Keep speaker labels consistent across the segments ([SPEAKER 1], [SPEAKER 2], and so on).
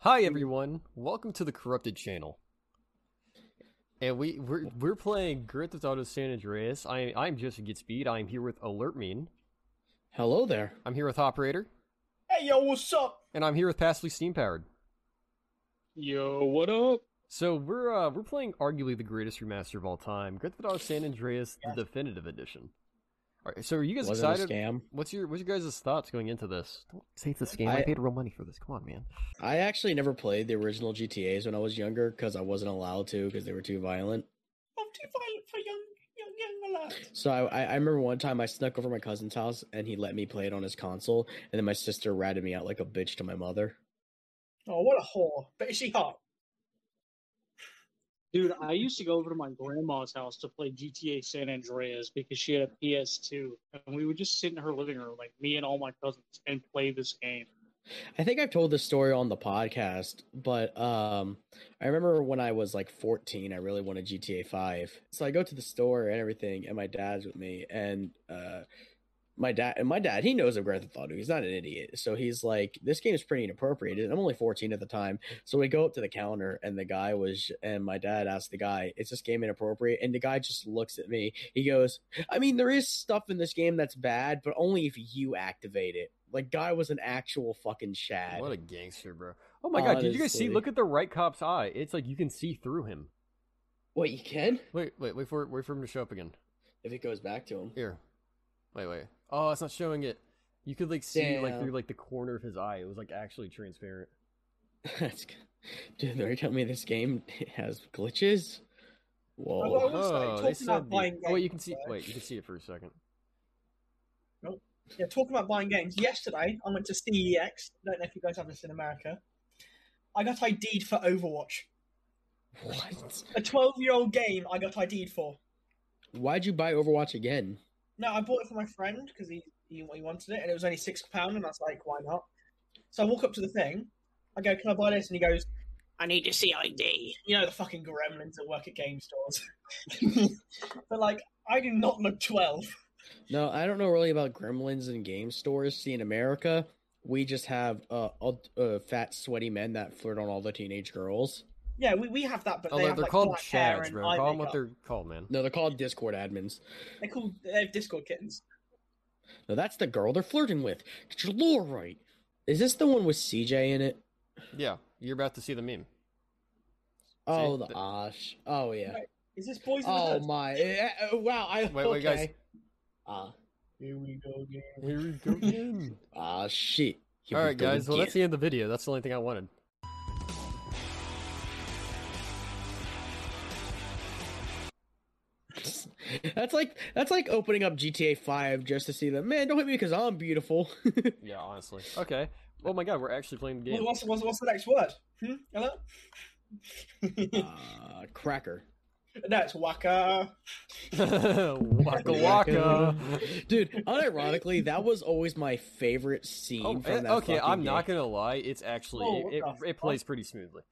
[SPEAKER 1] Hi everyone, welcome to the Corrupted Channel. And we we're, we're playing Grand Theft Auto San Andreas. I I'm Justin Getspeed. I'm here with Alert Mean.
[SPEAKER 2] Hello there.
[SPEAKER 1] I'm here with Operator,
[SPEAKER 3] Hey yo, what's up?
[SPEAKER 1] and I'm here with Pastly Steam Powered.
[SPEAKER 2] Yo, what up?
[SPEAKER 1] So we're uh, we're playing arguably the greatest remaster of all time, Grand Theft Auto San Andreas: The Definitive Edition. All right, so are you guys
[SPEAKER 2] Was it a
[SPEAKER 1] excited?
[SPEAKER 2] scam?
[SPEAKER 1] What's your what's your guys' thoughts going into this? Don't say it's a scam.
[SPEAKER 2] I-
[SPEAKER 1] I paid real money for this. Come on, man.
[SPEAKER 2] I actually never played the original GTA's when I was younger because I wasn't allowed to because they were too violent.
[SPEAKER 3] I'm too violent for young, young, young lads.
[SPEAKER 2] So I, I I remember one time I snuck over my cousin's house and he let me play it on his console, and then my sister ratted me out like a bitch to my mother.
[SPEAKER 3] Oh, what a whore! But is she hot?
[SPEAKER 4] Dude, I used to go over to my grandma's house to play GTA San Andreas because she had a PS2, and we would just sit in her living room, like me and all my cousins, and play this game.
[SPEAKER 2] I think I've told this story on the podcast, but um, I remember when I was like 14, I really wanted GTA 5. So I go to the store and everything, and my dad's with me, and uh, my dad and my dad he knows of Grand Theft Auto. He's not an idiot, so he's like, "This game is pretty inappropriate." And I'm only 14 at the time, so we go up to the counter, and the guy was, and my dad asked the guy, "Is this game inappropriate?" And the guy just looks at me. He goes, I mean, there is stuff in this game that's bad, but only if you activate it. Like, guy was an actual fucking shad.
[SPEAKER 1] What a gangster, bro! Oh my god, did you guys see?
[SPEAKER 2] Honestly.
[SPEAKER 1] Look at the right cop's eye. It's like you can see through him.
[SPEAKER 2] Wait, you can?
[SPEAKER 1] Wait, wait, wait for it, wait for him to show up again.
[SPEAKER 2] If it goes back to him.
[SPEAKER 1] Here, wait, wait. Oh, it's not showing it. You could like see like
[SPEAKER 2] Damn.
[SPEAKER 1] through like the corner of his eye. It was like actually transparent.
[SPEAKER 2] That's good. Dude, they're telling me this game has glitches?
[SPEAKER 3] Oh,
[SPEAKER 2] Whoa.
[SPEAKER 3] I was like,
[SPEAKER 1] Oh,
[SPEAKER 3] talking
[SPEAKER 1] they
[SPEAKER 3] about
[SPEAKER 1] said. the-
[SPEAKER 3] buying
[SPEAKER 1] Oh, wait, you
[SPEAKER 3] games,
[SPEAKER 1] can see.
[SPEAKER 3] right?
[SPEAKER 1] Wait, you can see it for a second.
[SPEAKER 3] Yeah, talking about buying games. Yesterday, I went to CEX. Don't know if you guys have this in America. I got ID'd for Overwatch,
[SPEAKER 2] What?
[SPEAKER 3] a 12-year-old game. I got ID'd for.
[SPEAKER 2] Why'd you buy Overwatch again?
[SPEAKER 3] No, I bought it for my friend because he, he he wanted it, and it was only six pound, and I was like, why not? So I walk up to the thing. I go, can I buy this? And he goes, I need to see ID. You know the fucking gremlins that work at game stores. but like, I do not look twelve.
[SPEAKER 2] No, I don't know really about gremlins and game stores. See, in America, we just have uh, alt- uh fat, sweaty men that flirt on all the teenage girls.
[SPEAKER 3] Yeah, we, we have that, but
[SPEAKER 1] Oh,
[SPEAKER 3] they
[SPEAKER 1] they're,
[SPEAKER 3] have,
[SPEAKER 1] they're
[SPEAKER 3] like,
[SPEAKER 1] called
[SPEAKER 3] black hair
[SPEAKER 1] Chads,
[SPEAKER 3] and
[SPEAKER 1] bro.
[SPEAKER 3] eye
[SPEAKER 1] Call them what
[SPEAKER 3] makeup.
[SPEAKER 1] they're called, man.
[SPEAKER 2] No, they're called Discord admins.
[SPEAKER 3] They're called they have Discord kittens.
[SPEAKER 2] No, that's the girl they're flirting with. Get your lore right. Is this the one with CJ in it?
[SPEAKER 1] Yeah, you're about to see the meme.
[SPEAKER 2] Oh,
[SPEAKER 1] See?
[SPEAKER 2] the Osh. Oh, yeah.
[SPEAKER 3] Right. Is this boys in the
[SPEAKER 2] Oh,
[SPEAKER 3] hood?
[SPEAKER 2] my. Eh, eh, Wow. I,
[SPEAKER 1] Wait,
[SPEAKER 2] okay.
[SPEAKER 1] wait, guys.
[SPEAKER 2] Ah,
[SPEAKER 3] Here we go again.
[SPEAKER 1] Here we go again.
[SPEAKER 2] ah, shit. Here
[SPEAKER 1] All
[SPEAKER 2] we
[SPEAKER 1] right,
[SPEAKER 2] go
[SPEAKER 1] guys. Well,
[SPEAKER 2] again.
[SPEAKER 1] that's the end of the video. That's the only thing I wanted.
[SPEAKER 2] that's like that's like opening up GTA Five just to see them. Man, don't hit me because I'm beautiful.
[SPEAKER 1] Yeah, honestly. Okay. Oh my god, we're actually playing the game.
[SPEAKER 3] What- What's, what's, what's the next word? Hmm? Hello?
[SPEAKER 2] uh, cracker,
[SPEAKER 3] no, it's Waka.
[SPEAKER 1] waka waka.
[SPEAKER 2] dude. Unironically, that was always my favorite scene
[SPEAKER 1] Oh,
[SPEAKER 2] from
[SPEAKER 1] eh,
[SPEAKER 2] that.
[SPEAKER 1] okay,
[SPEAKER 2] fucking
[SPEAKER 1] I'm not
[SPEAKER 2] game.
[SPEAKER 1] gonna lie. It's actually
[SPEAKER 3] Oh,
[SPEAKER 1] it,
[SPEAKER 3] what
[SPEAKER 1] it,
[SPEAKER 3] the
[SPEAKER 1] it plays pretty smoothly.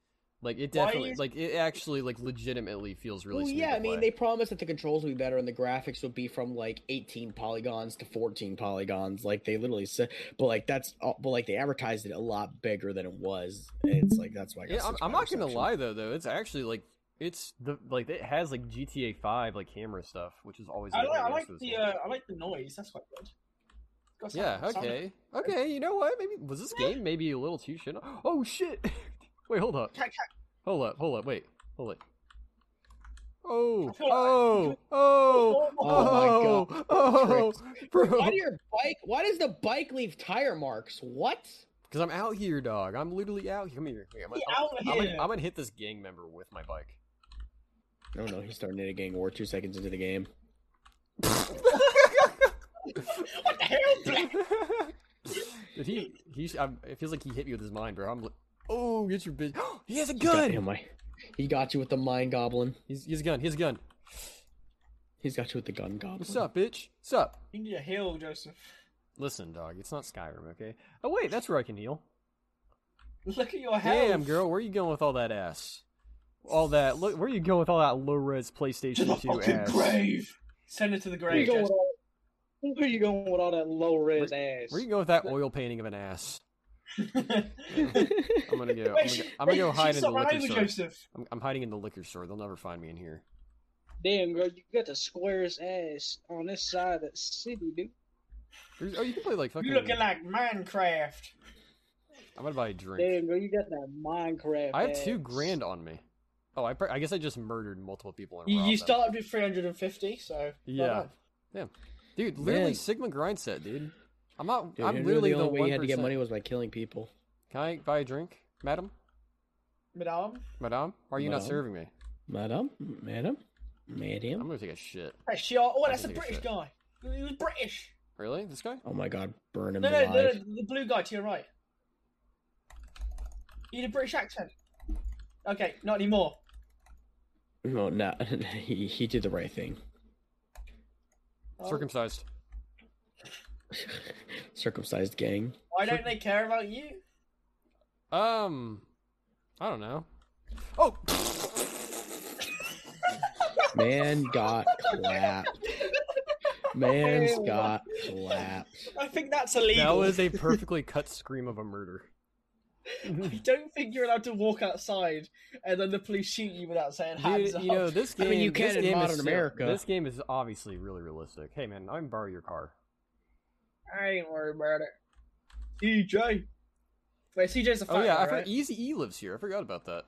[SPEAKER 1] Like it
[SPEAKER 3] Why
[SPEAKER 1] definitely,
[SPEAKER 3] is-
[SPEAKER 1] like it actually, like legitimately feels really.
[SPEAKER 2] well,
[SPEAKER 1] smooth
[SPEAKER 2] yeah,
[SPEAKER 1] to
[SPEAKER 2] I mean,
[SPEAKER 1] play.
[SPEAKER 2] they promised that the controls would be better and the graphics would be from like 18 polygons to 14 polygons. Like they literally said, but like that's, uh, but like they advertised it a lot bigger than it was. It's like that's why. I got
[SPEAKER 1] Yeah, I'm,
[SPEAKER 2] such
[SPEAKER 1] I'm
[SPEAKER 2] bad
[SPEAKER 1] not gonna
[SPEAKER 2] reception.
[SPEAKER 1] lie though. Though it's actually like it's the like it has like GTA Five like camera stuff, which is always.
[SPEAKER 3] I
[SPEAKER 1] an
[SPEAKER 3] like, I like
[SPEAKER 1] advantage for this
[SPEAKER 3] the
[SPEAKER 1] game.
[SPEAKER 3] uh, I like the noise. That's quite good. Got some-
[SPEAKER 1] yeah.
[SPEAKER 3] some-
[SPEAKER 1] Okay. Okay. You know what? Maybe was this game maybe a little too shit? Oh shit! Wait, hold up.
[SPEAKER 3] Ca- ca-
[SPEAKER 1] Hold up. Hold up. Wait. Hold it. Oh.
[SPEAKER 3] I feel like-
[SPEAKER 1] Oh. Oh.
[SPEAKER 3] Oh,
[SPEAKER 2] Oh my God.
[SPEAKER 1] Oh. Oh. Bro.
[SPEAKER 2] Why do your bike? Why does the bike leave tire marks? What?
[SPEAKER 1] Because I'm out here, dog. I'm literally out here. Come here. Wait, I'm, gonna,
[SPEAKER 3] He
[SPEAKER 1] I'm,
[SPEAKER 3] out
[SPEAKER 1] I'm gonna-
[SPEAKER 3] here.
[SPEAKER 1] I'm gonna hit this gang member with my bike.
[SPEAKER 2] I don't know. He's starting in a gang war two seconds into the game.
[SPEAKER 3] what the hell? Black?
[SPEAKER 1] Did he? He. sh- I'm, it feels like he hit me with his mind, bro. I'm. Li- oh, get your bitch. he has a
[SPEAKER 2] God
[SPEAKER 1] gun.
[SPEAKER 2] damn, I- He got you with the mind goblin.
[SPEAKER 1] He's, he's a gun. He's a gun.
[SPEAKER 2] He's got you with the gun goblin.
[SPEAKER 1] What's up, bitch? What's up?
[SPEAKER 3] You need a heal, Joseph.
[SPEAKER 1] Listen, dog. It's not Skyrim, okay? Oh wait, that's where I can heal.
[SPEAKER 3] Look at your health.
[SPEAKER 1] Damn, girl, where you going with all that ass? All that look, where you going with all that low res
[SPEAKER 3] To the
[SPEAKER 1] PlayStation Two
[SPEAKER 3] fucking
[SPEAKER 1] ass?
[SPEAKER 3] grave. Send her to the
[SPEAKER 4] Where you
[SPEAKER 3] grave.
[SPEAKER 4] going with
[SPEAKER 3] Joseph.
[SPEAKER 4] all, where you going with all that low res ass?
[SPEAKER 1] Where you going with that oil painting of an ass? I'm gonna go. I'm
[SPEAKER 3] Wait,
[SPEAKER 1] gonna,
[SPEAKER 3] she-
[SPEAKER 1] go- I'm gonna go
[SPEAKER 3] she
[SPEAKER 1] hide in the
[SPEAKER 3] saw
[SPEAKER 1] liquor
[SPEAKER 3] Riley
[SPEAKER 1] store.
[SPEAKER 3] Joseph.
[SPEAKER 1] I'm, I'm hiding in the liquor store. They'll never find me in here.
[SPEAKER 4] Damn, girl, you got the squarest ass on this side of the city, dude.
[SPEAKER 1] There's, oh, you can play like fucking.
[SPEAKER 3] You looking like Minecraft?
[SPEAKER 1] Oh, I'm gonna buy a drink.
[SPEAKER 4] Damn, girl, you got that Minecraft.
[SPEAKER 1] I have two
[SPEAKER 4] ass.
[SPEAKER 1] grand on me. Oh, I, pr- I guess I just murdered multiple people. And
[SPEAKER 3] You,
[SPEAKER 1] robbed
[SPEAKER 3] you
[SPEAKER 1] them.
[SPEAKER 3] started with 350, so
[SPEAKER 1] Yeah.
[SPEAKER 3] Well
[SPEAKER 1] Damn. Dude, literally
[SPEAKER 2] Man.
[SPEAKER 1] Sigma grind set, dude. I'm not.
[SPEAKER 2] Dude, i
[SPEAKER 1] I'm literally
[SPEAKER 2] the
[SPEAKER 1] the
[SPEAKER 2] only way
[SPEAKER 1] one
[SPEAKER 2] you had to get money was by killing people.
[SPEAKER 1] Can I buy a drink, madam?
[SPEAKER 3] done. Madame,
[SPEAKER 1] Madame, why are you not
[SPEAKER 2] Madame?
[SPEAKER 1] serving me?
[SPEAKER 2] Madam, madam,
[SPEAKER 1] I'm
[SPEAKER 2] madam.
[SPEAKER 1] gonna take a shit.
[SPEAKER 3] Hey, she, oh,
[SPEAKER 1] I
[SPEAKER 3] that's the
[SPEAKER 1] can take a shit.
[SPEAKER 3] British guy. He was British.
[SPEAKER 1] Really? This guy?
[SPEAKER 2] Oh my god, burn him
[SPEAKER 3] No, no,
[SPEAKER 2] alive.
[SPEAKER 3] no, no, the blue guy to your right. You had a British accent. Okay, not anymore.
[SPEAKER 2] No, no, he, he did the right thing. Uh,
[SPEAKER 3] Oh,
[SPEAKER 1] Circumcised.
[SPEAKER 2] Circumcised gang.
[SPEAKER 3] why Oh, don't they care about you?
[SPEAKER 1] Um, I don't know. Oh,
[SPEAKER 2] Man got clapped. Man's
[SPEAKER 4] Ew.
[SPEAKER 2] got clapped.
[SPEAKER 3] I think that's illegal.
[SPEAKER 1] that was a perfectly cut scream of a murder.
[SPEAKER 3] I don't think you're allowed to walk outside and then the police shoot you without saying hands
[SPEAKER 1] Dude,
[SPEAKER 3] up.
[SPEAKER 1] you know this
[SPEAKER 2] I
[SPEAKER 1] game.
[SPEAKER 2] mean, you
[SPEAKER 1] this
[SPEAKER 2] can in
[SPEAKER 1] game is
[SPEAKER 2] modern
[SPEAKER 1] still-
[SPEAKER 2] America.
[SPEAKER 1] This game is obviously really realistic. Hey, man, I'm borrow your car.
[SPEAKER 3] I ain't worried about it. CJ. Wait, CJ's a fat
[SPEAKER 1] Oh yeah,
[SPEAKER 3] guy,
[SPEAKER 1] I forgot.
[SPEAKER 3] right?
[SPEAKER 1] Easy E lives here. I forgot about that.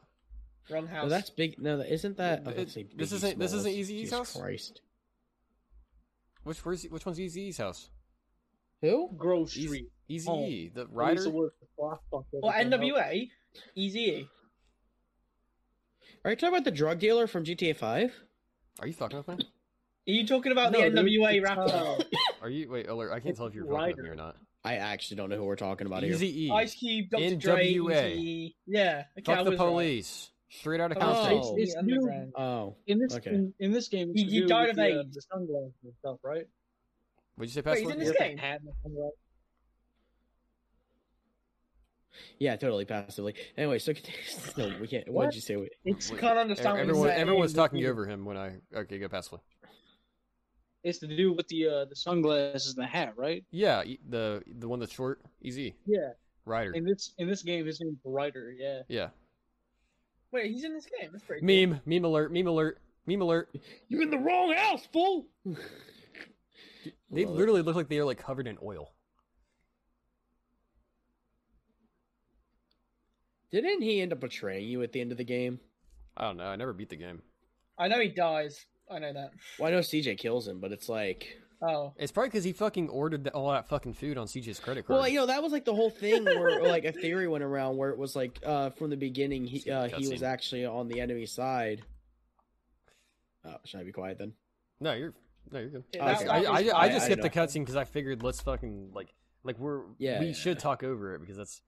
[SPEAKER 3] Wrong house.
[SPEAKER 2] No, that's big. No, that isn't that.
[SPEAKER 1] Th-
[SPEAKER 2] oh,
[SPEAKER 1] it-
[SPEAKER 2] that's a
[SPEAKER 1] this
[SPEAKER 2] Biggie
[SPEAKER 1] isn't- this
[SPEAKER 2] Smalls.
[SPEAKER 1] isn't Eazy E's
[SPEAKER 2] Jesus
[SPEAKER 1] house?
[SPEAKER 2] Christ.
[SPEAKER 1] Which where's which one's Easy E's house?
[SPEAKER 2] Who?
[SPEAKER 4] Grove
[SPEAKER 1] Easy-
[SPEAKER 4] Street.
[SPEAKER 1] Easy
[SPEAKER 4] Oh,
[SPEAKER 1] E, the
[SPEAKER 4] I
[SPEAKER 1] rider.
[SPEAKER 4] used to work for Blockbuster.
[SPEAKER 3] Well, NWA, easy.
[SPEAKER 2] Are you talking about the drug dealer from GTA Five?
[SPEAKER 1] Are you fucking with me?
[SPEAKER 3] Are you talking about
[SPEAKER 4] No,
[SPEAKER 3] the
[SPEAKER 4] dude,
[SPEAKER 3] NWA
[SPEAKER 4] it's,
[SPEAKER 3] rapper?
[SPEAKER 4] uh,
[SPEAKER 1] Are you wait alert? I can't tell if you're fucking with me or not.
[SPEAKER 2] I actually don't know who we're talking about here.
[SPEAKER 1] Easy E,
[SPEAKER 3] Ice Cube, Dr. Dre,
[SPEAKER 1] NWA.
[SPEAKER 3] Eazy-E. Yeah. Okay, I
[SPEAKER 1] fuck the
[SPEAKER 3] was right.
[SPEAKER 1] police. Straight out of
[SPEAKER 2] Oh.
[SPEAKER 1] context.
[SPEAKER 2] It's-
[SPEAKER 4] it's new.
[SPEAKER 3] Underground.
[SPEAKER 2] Oh,
[SPEAKER 4] in this
[SPEAKER 2] Okay.
[SPEAKER 4] in, in this game, it's
[SPEAKER 3] You- you
[SPEAKER 4] to do
[SPEAKER 3] died
[SPEAKER 4] with
[SPEAKER 3] of
[SPEAKER 4] the, uh,
[SPEAKER 3] AIDS.
[SPEAKER 4] the sunglasses and stuff, right?
[SPEAKER 1] Would you say
[SPEAKER 3] Wait, he's
[SPEAKER 1] password? E-
[SPEAKER 3] in this
[SPEAKER 4] You have to
[SPEAKER 3] game.
[SPEAKER 4] have the sunglasses.
[SPEAKER 2] yeah, totally passively. Anyway, so cont- no, we can't. What
[SPEAKER 4] What?
[SPEAKER 2] did you say? We,
[SPEAKER 3] It's
[SPEAKER 1] Wait, e-,
[SPEAKER 3] can't understand what
[SPEAKER 1] Everyone,
[SPEAKER 3] he's saying.
[SPEAKER 1] everyone's talking
[SPEAKER 4] you-
[SPEAKER 1] over him when I okay go past one.
[SPEAKER 4] It's to do with the uh, the sunglasses and the hat, right?
[SPEAKER 1] Yeah, e- the the one that's short, easy E.
[SPEAKER 4] Yeah.
[SPEAKER 1] rider.
[SPEAKER 4] In this in this game, his name's Ryder. Yeah.
[SPEAKER 1] Yeah,
[SPEAKER 3] Wait, he's in this game. That's pretty cool.
[SPEAKER 1] meme, meme alert, meme alert, meme alert.
[SPEAKER 2] You're in the wrong house, fool.
[SPEAKER 1] They
[SPEAKER 2] Love it.
[SPEAKER 1] literally look like they are like covered in oil.
[SPEAKER 2] Didn't he end up betraying you at the end of the game?
[SPEAKER 1] I don't know. I never beat the game.
[SPEAKER 3] I know he dies. I know that.
[SPEAKER 2] Well, I know CJ kills him, but it's like,
[SPEAKER 3] Oh.
[SPEAKER 1] It's probably because he fucking ordered the, all that fucking food on CJ's credit card.
[SPEAKER 2] well, you know, that was like the whole thing where like a theory went around where it was like uh from the beginning
[SPEAKER 1] Let's
[SPEAKER 2] he
[SPEAKER 1] get
[SPEAKER 2] uh,
[SPEAKER 1] the
[SPEAKER 2] he was
[SPEAKER 1] cutscene.
[SPEAKER 2] actually on the enemy side. Oh, should I be quiet then?
[SPEAKER 1] no, you're no, you're good.
[SPEAKER 3] Yeah,
[SPEAKER 2] Okay.
[SPEAKER 3] that- that
[SPEAKER 1] I,
[SPEAKER 3] was
[SPEAKER 1] I, I,
[SPEAKER 2] I-
[SPEAKER 1] just
[SPEAKER 2] I
[SPEAKER 1] skipped the
[SPEAKER 2] know.
[SPEAKER 1] cutscene because I figured let's fucking like like we're
[SPEAKER 2] Yeah,
[SPEAKER 1] we
[SPEAKER 2] yeah,
[SPEAKER 1] should
[SPEAKER 2] yeah.
[SPEAKER 1] talk over it because that's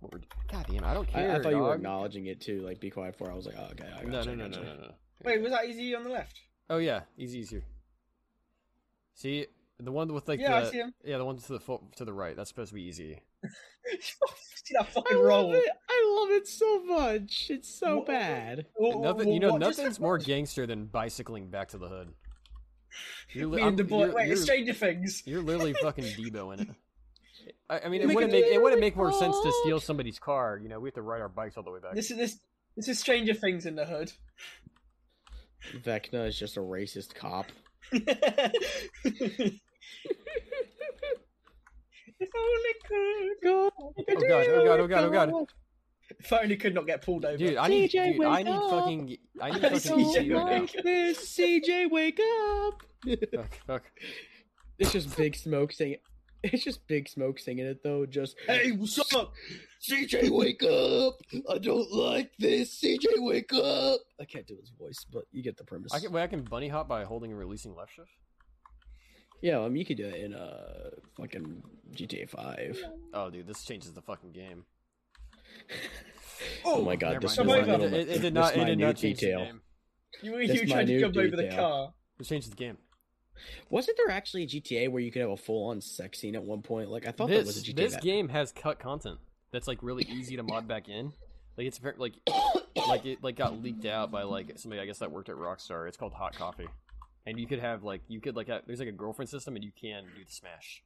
[SPEAKER 1] what we're. God damn, I don't
[SPEAKER 2] I,
[SPEAKER 1] care.
[SPEAKER 2] I thought you were
[SPEAKER 1] dog.
[SPEAKER 2] acknowledging it too, like be quiet for. it. I was like, oh, okay, I
[SPEAKER 1] No,
[SPEAKER 2] gotcha,
[SPEAKER 1] no,
[SPEAKER 2] I
[SPEAKER 1] no, no,
[SPEAKER 2] gotcha.
[SPEAKER 1] no, no.
[SPEAKER 3] Wait, was that easy on the left?
[SPEAKER 1] Oh yeah, he's easier. See the one with like
[SPEAKER 3] Yeah, I
[SPEAKER 1] the
[SPEAKER 3] see him.
[SPEAKER 1] yeah the one to the fo- to the right. That's supposed to be easy.
[SPEAKER 3] See that
[SPEAKER 2] I
[SPEAKER 3] fucking
[SPEAKER 2] love
[SPEAKER 3] roll.
[SPEAKER 2] it. I love it so much. It's so
[SPEAKER 3] Wha-
[SPEAKER 2] bad.
[SPEAKER 3] Oh,
[SPEAKER 1] Nothing,
[SPEAKER 3] oh,
[SPEAKER 1] you know,
[SPEAKER 3] what just
[SPEAKER 1] nothing's
[SPEAKER 3] happened?
[SPEAKER 1] more gangster than bicycling back to the hood. You're, li-
[SPEAKER 3] Me
[SPEAKER 1] I'm-
[SPEAKER 3] and the boy.
[SPEAKER 1] you're-
[SPEAKER 3] Wait, it's
[SPEAKER 1] you're-
[SPEAKER 3] Stranger Things.
[SPEAKER 1] You're literally fucking Debo in it. I, I mean, it
[SPEAKER 2] Make
[SPEAKER 1] wouldn't
[SPEAKER 2] it
[SPEAKER 1] make it wouldn't
[SPEAKER 2] really
[SPEAKER 1] make more sense to steal
[SPEAKER 2] hard.
[SPEAKER 1] somebody's car. You know, we have to ride our bikes all the way back.
[SPEAKER 3] This is this. This is Stranger Things in the hood.
[SPEAKER 2] Vecna is just a racist cop.
[SPEAKER 3] if only could go.
[SPEAKER 1] Oh god! Oh god! Oh god! Oh god!
[SPEAKER 3] If only could not get pulled over.
[SPEAKER 1] Dude, I need,
[SPEAKER 2] CJ,
[SPEAKER 1] dude, I
[SPEAKER 2] wake
[SPEAKER 1] need
[SPEAKER 2] up.
[SPEAKER 1] fucking, I need
[SPEAKER 2] I
[SPEAKER 1] fucking
[SPEAKER 3] don't
[SPEAKER 1] CJ right now.
[SPEAKER 3] like
[SPEAKER 2] this. CJ, wake up!
[SPEAKER 1] Fuck! Fuck!
[SPEAKER 2] It's just Big Smoke singing. It's just Big Smoke singing it though. Just
[SPEAKER 3] hey, what's up?
[SPEAKER 2] CJ, wake up! I don't like this. CJ, wake up! I can't do his voice, but you get the premise.
[SPEAKER 1] I can, wait, I can bunny hop by holding and releasing left shift.
[SPEAKER 2] yeah, um, you could do it in uh fucking GTA Five.
[SPEAKER 1] Oh, dude, this changes the fucking game.
[SPEAKER 2] Oh, my god,
[SPEAKER 1] Never
[SPEAKER 2] this
[SPEAKER 1] mind.
[SPEAKER 3] is
[SPEAKER 1] It-
[SPEAKER 3] my
[SPEAKER 2] little-
[SPEAKER 1] it, it did
[SPEAKER 2] this
[SPEAKER 1] not. It
[SPEAKER 2] minute
[SPEAKER 1] did not change
[SPEAKER 2] detail.
[SPEAKER 1] the game.
[SPEAKER 3] You,
[SPEAKER 2] That's
[SPEAKER 3] you
[SPEAKER 2] my
[SPEAKER 3] tried to
[SPEAKER 2] new
[SPEAKER 3] jump over the
[SPEAKER 2] detail.
[SPEAKER 3] car.
[SPEAKER 1] It changed the game.
[SPEAKER 2] Wasn't there actually a GTA where you could have a full-on sex scene at one point? Like I thought that was a
[SPEAKER 1] This
[SPEAKER 2] GTA.
[SPEAKER 1] this
[SPEAKER 2] that-
[SPEAKER 1] game has cut content that's like really easy to mod back in. Like it's appar- like like it like got leaked out by like somebody I guess that worked at Rockstar. It's called Hot Coffee, and you could have like you could like have, there's like a girlfriend system and you can do the smash.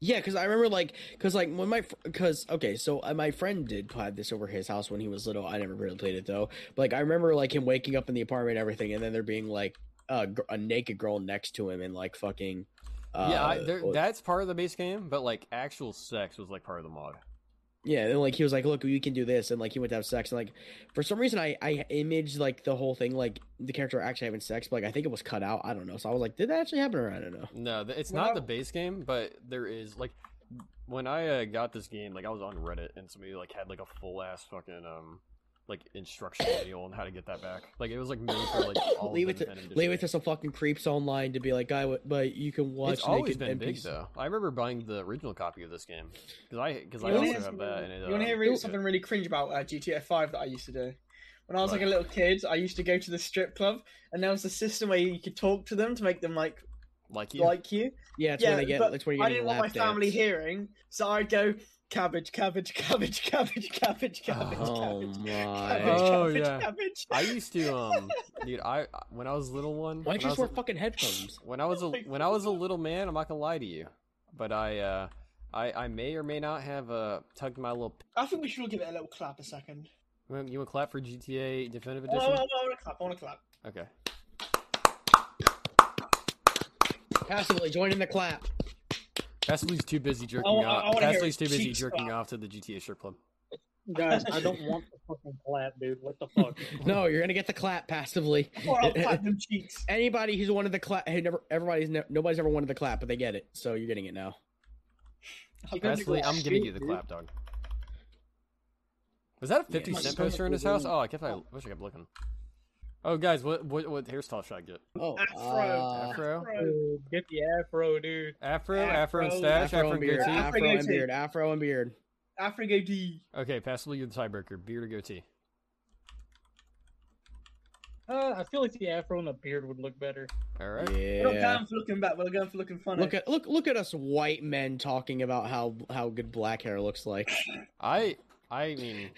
[SPEAKER 2] Yeah, because I remember like, because like when my, because okay, so uh, my friend did play this over his house when he was little. I never really played it though. But like I remember like him waking up in the apartment and everything, and then there being like a, gr- a naked girl next to him and like fucking. Uh,
[SPEAKER 1] yeah, I, there,
[SPEAKER 2] what-
[SPEAKER 1] that's part of the base game, but like actual sex was like part of the mod.
[SPEAKER 2] yeah. And like he was like, "Look, you can do this," and like he went to have sex, and like for some reason I I imaged like the whole thing like the character actually having sex, but like I think it was cut out. I don't know. So I was like, "Did that actually happen?" Or I don't know.
[SPEAKER 1] No, th- it's
[SPEAKER 3] Well,
[SPEAKER 1] not
[SPEAKER 3] I-
[SPEAKER 1] the base game, but there is like when I uh, got this game, like I was on Reddit and somebody like had like a full ass fucking um like instruction manual on how to get that back. Like it was like made for like all of
[SPEAKER 2] leave it
[SPEAKER 1] the
[SPEAKER 2] to
[SPEAKER 1] Nintendo
[SPEAKER 2] leave it to
[SPEAKER 1] Digital.
[SPEAKER 2] some fucking creeps online to be like, "I w- but you can watch."
[SPEAKER 1] It's always
[SPEAKER 2] naked
[SPEAKER 1] been big
[SPEAKER 2] NPCs."
[SPEAKER 1] though. I remember buying the original copy of this game because I because I
[SPEAKER 3] You wanna
[SPEAKER 1] also
[SPEAKER 3] hear
[SPEAKER 1] have that. And it,
[SPEAKER 3] You want to hear
[SPEAKER 1] um,
[SPEAKER 3] really,
[SPEAKER 1] it's
[SPEAKER 3] something
[SPEAKER 1] good.
[SPEAKER 3] really cringe about uh, GTA 5 that I used to do? When I was like a
[SPEAKER 1] Right.
[SPEAKER 3] little kid, I used to go to the strip club, and there was a system where you could talk to them to make them like
[SPEAKER 1] like you?
[SPEAKER 3] like you.
[SPEAKER 2] Yeah, it's
[SPEAKER 3] Yeah,
[SPEAKER 2] when they get.
[SPEAKER 3] but
[SPEAKER 2] That's when you're
[SPEAKER 3] I
[SPEAKER 2] getting
[SPEAKER 3] didn't want my
[SPEAKER 2] lap
[SPEAKER 3] family
[SPEAKER 2] dance.
[SPEAKER 3] hearing, so I'd go cabbage, cabbage, cabbage, cabbage, cabbage, cabbage,
[SPEAKER 2] Oh
[SPEAKER 3] cabbage,
[SPEAKER 2] my!
[SPEAKER 3] cabbage,
[SPEAKER 1] Oh,
[SPEAKER 3] cabbage,
[SPEAKER 1] yeah.
[SPEAKER 3] cabbage.
[SPEAKER 1] I used to um dude I when I was little one
[SPEAKER 2] Why
[SPEAKER 1] when I
[SPEAKER 2] don't you just
[SPEAKER 1] was
[SPEAKER 2] wear
[SPEAKER 1] a-
[SPEAKER 2] fucking headphones?
[SPEAKER 1] When I was a
[SPEAKER 3] Like-
[SPEAKER 1] when I was a little man, I'm not gonna lie to you, but I uh, I I may or may not have uh tugged my little. p-
[SPEAKER 3] I think we should all give it a little clap a second.
[SPEAKER 1] You want- you want to clap for GTA Definitive
[SPEAKER 3] Oh, I,
[SPEAKER 1] Edition?
[SPEAKER 3] want to clap. I want to clap.
[SPEAKER 1] Okay.
[SPEAKER 2] Passively joining the clap.
[SPEAKER 1] Cassidy's too busy jerking
[SPEAKER 3] I- I
[SPEAKER 1] off.
[SPEAKER 3] wanna hear
[SPEAKER 1] Cassidy's too busy
[SPEAKER 3] cheeks
[SPEAKER 1] jerking
[SPEAKER 3] clap.
[SPEAKER 1] off to the GTA strip club.
[SPEAKER 4] Guys, I don't want the fucking clap, dude. What the fuck?
[SPEAKER 2] No, you're gonna get the clap passively.
[SPEAKER 3] Or I'll clap them cheeks.
[SPEAKER 2] Anybody who's wanted the clap, who never, everybody's ne- nobody's ever wanted the clap, but they get it, so you're getting it now.
[SPEAKER 3] I'll go
[SPEAKER 1] Cassidy,
[SPEAKER 3] to-
[SPEAKER 1] I'm giving you the
[SPEAKER 4] dude.
[SPEAKER 1] clap, dog. Was that a 50
[SPEAKER 2] my
[SPEAKER 1] cent
[SPEAKER 4] stomach
[SPEAKER 1] poster in
[SPEAKER 4] was
[SPEAKER 1] his house?
[SPEAKER 4] in-
[SPEAKER 1] Oh, I kept I wish I kept looking. Oh, guys, what what what hairstyle should I get?
[SPEAKER 2] Oh,
[SPEAKER 3] Afro.
[SPEAKER 2] uh,
[SPEAKER 1] Afro,
[SPEAKER 3] Bro,
[SPEAKER 4] Dude, get the afro, dude.
[SPEAKER 1] afro, afro, and
[SPEAKER 3] Afro,
[SPEAKER 1] stash,
[SPEAKER 2] afro
[SPEAKER 1] afro,
[SPEAKER 2] and
[SPEAKER 1] and
[SPEAKER 2] beard,
[SPEAKER 1] goatee.
[SPEAKER 2] afro
[SPEAKER 3] Afro
[SPEAKER 2] and
[SPEAKER 3] goatee.
[SPEAKER 2] beard, afro and beard.
[SPEAKER 3] Africa D.
[SPEAKER 1] Okay, Cassidy, you're the tiebreaker. Beard or goatee?
[SPEAKER 4] Uh, I feel like the afro and the beard would look better.
[SPEAKER 1] All right.
[SPEAKER 3] We're not
[SPEAKER 2] Yeah.
[SPEAKER 3] going for looking back. We're going for looking funny.
[SPEAKER 2] Look at look look at us white men talking about how how good black hair looks like.
[SPEAKER 1] I I mean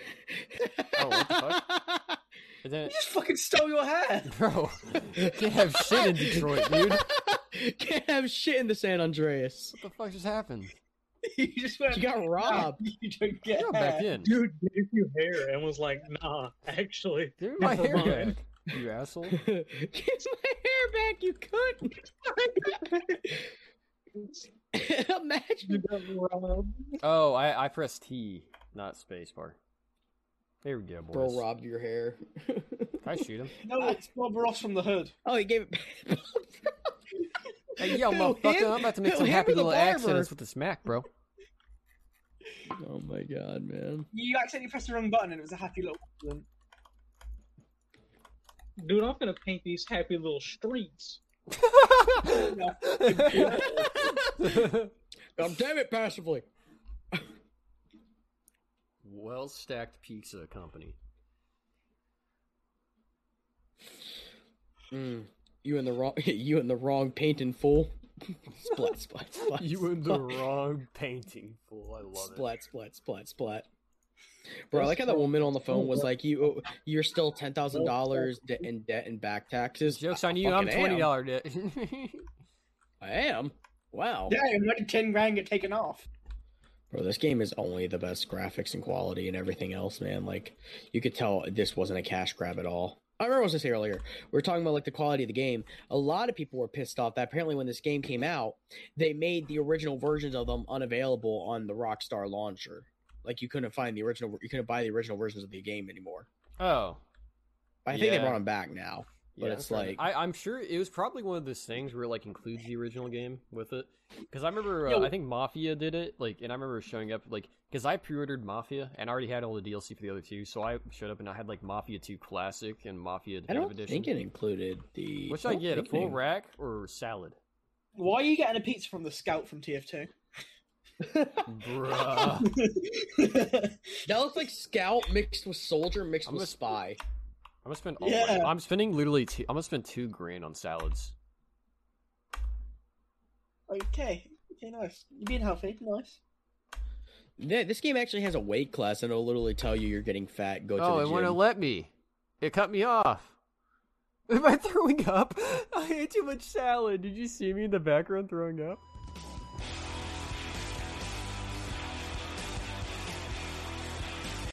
[SPEAKER 1] Oh, what the it
[SPEAKER 3] you
[SPEAKER 1] didn't
[SPEAKER 3] just fucking stole your hair.
[SPEAKER 1] Bro Can't have shit in Detroit, dude. What
[SPEAKER 2] Can't have shit in the San Andreas.
[SPEAKER 1] the fuck just happened?
[SPEAKER 3] you just went. "Ah,
[SPEAKER 2] You got robbed.
[SPEAKER 3] You don't
[SPEAKER 1] I
[SPEAKER 3] get
[SPEAKER 1] got
[SPEAKER 3] hair.
[SPEAKER 1] back in.
[SPEAKER 4] Dude gave you hair and was like, nah, actually.
[SPEAKER 1] Give me my
[SPEAKER 4] Never
[SPEAKER 1] hair
[SPEAKER 4] mind.
[SPEAKER 1] back, You asshole.
[SPEAKER 2] Get my hair back, you cunt.
[SPEAKER 4] You
[SPEAKER 2] Imagine.
[SPEAKER 4] got robbed.
[SPEAKER 1] Oh, I, I pressed T, not space bar. There we go, boys.
[SPEAKER 2] Bro robbed your hair.
[SPEAKER 1] Can I shoot him?
[SPEAKER 3] No, it's Bob Ross from the hood.
[SPEAKER 2] oh, he gave it back.
[SPEAKER 1] Hey, yo,
[SPEAKER 2] Who
[SPEAKER 1] motherfucker,
[SPEAKER 2] him?
[SPEAKER 1] I'm about to make
[SPEAKER 2] Who
[SPEAKER 1] some
[SPEAKER 2] him
[SPEAKER 1] happy
[SPEAKER 2] or the
[SPEAKER 1] little
[SPEAKER 2] barber?
[SPEAKER 1] accidents with the smack, bro.
[SPEAKER 2] oh my god, man.
[SPEAKER 3] You accidentally pressed the wrong button and it was a happy little accident.
[SPEAKER 4] Dude, I'm gonna paint these happy little streets.
[SPEAKER 2] God damn it, passively.
[SPEAKER 1] well stacked pizza company.
[SPEAKER 2] Mm, you in the wrong. You in the wrong painting fool. splat, splat, splat.
[SPEAKER 1] You in the
[SPEAKER 2] splat,
[SPEAKER 1] wrong painting, fool. I love it.
[SPEAKER 2] Splat, splat, splat, splat. Bro, I like how that woman on the phone was like, "You, oh, you're still ten thousand dollars in debt and back taxes."
[SPEAKER 1] Joke's on you, I'm
[SPEAKER 2] fucking am.
[SPEAKER 1] twenty dollar debt.
[SPEAKER 2] I am. Wow.
[SPEAKER 3] Damn, why did 10 grand get taken off?
[SPEAKER 2] Bro, this game is only the best graphics and quality and everything else, man. Like, you could tell this wasn't a cash grab at all. I remember what I was gonna say earlier. We were talking about like the quality of the game. A lot of people were pissed off that apparently when this game came out, they made the original versions of them unavailable on the Rockstar launcher. Like you couldn't find the original, you couldn't buy the original versions of the game anymore.
[SPEAKER 1] oh.
[SPEAKER 2] But I think
[SPEAKER 1] Yeah.
[SPEAKER 2] they brought them back now. But it's
[SPEAKER 1] fair
[SPEAKER 2] like-
[SPEAKER 1] enough. I, I'm sure it was probably one of those things where it, like includes the original game with it. Because I remember, uh,
[SPEAKER 3] Yo.
[SPEAKER 1] I think Mafia did it. Like, and I remember showing up like because I pre-ordered Mafia and I already had all the DLC for the other two, so I showed up and I had like Mafia Two Classic and Mafia
[SPEAKER 2] I
[SPEAKER 1] Definitive
[SPEAKER 2] don't
[SPEAKER 1] Edition.
[SPEAKER 2] think it included the. oh,
[SPEAKER 1] What should I
[SPEAKER 2] don't
[SPEAKER 1] get? A
[SPEAKER 2] think
[SPEAKER 1] full
[SPEAKER 2] it-
[SPEAKER 1] rack or salad?
[SPEAKER 3] Why are you getting a pizza from the scout from TF2?
[SPEAKER 1] Bruh.
[SPEAKER 2] That looks like Scout mixed with Soldier mixed
[SPEAKER 1] I'm
[SPEAKER 2] with
[SPEAKER 1] gonna-
[SPEAKER 2] Spy.
[SPEAKER 1] I'm gonna spend. All
[SPEAKER 3] Yeah.
[SPEAKER 1] my, I'm spending literally. Two, I'm gonna spend two grand on salads.
[SPEAKER 3] okay, okay, nice. You're being healthy, nice.
[SPEAKER 2] Yeah, this game actually has a weight class, and it'll literally tell you you're getting fat. Go to
[SPEAKER 1] oh,
[SPEAKER 2] the
[SPEAKER 1] it
[SPEAKER 2] gym.
[SPEAKER 1] wouldn't let me. It cut me off. Am I throwing up? I ate too much salad. Did you see me in the background throwing up?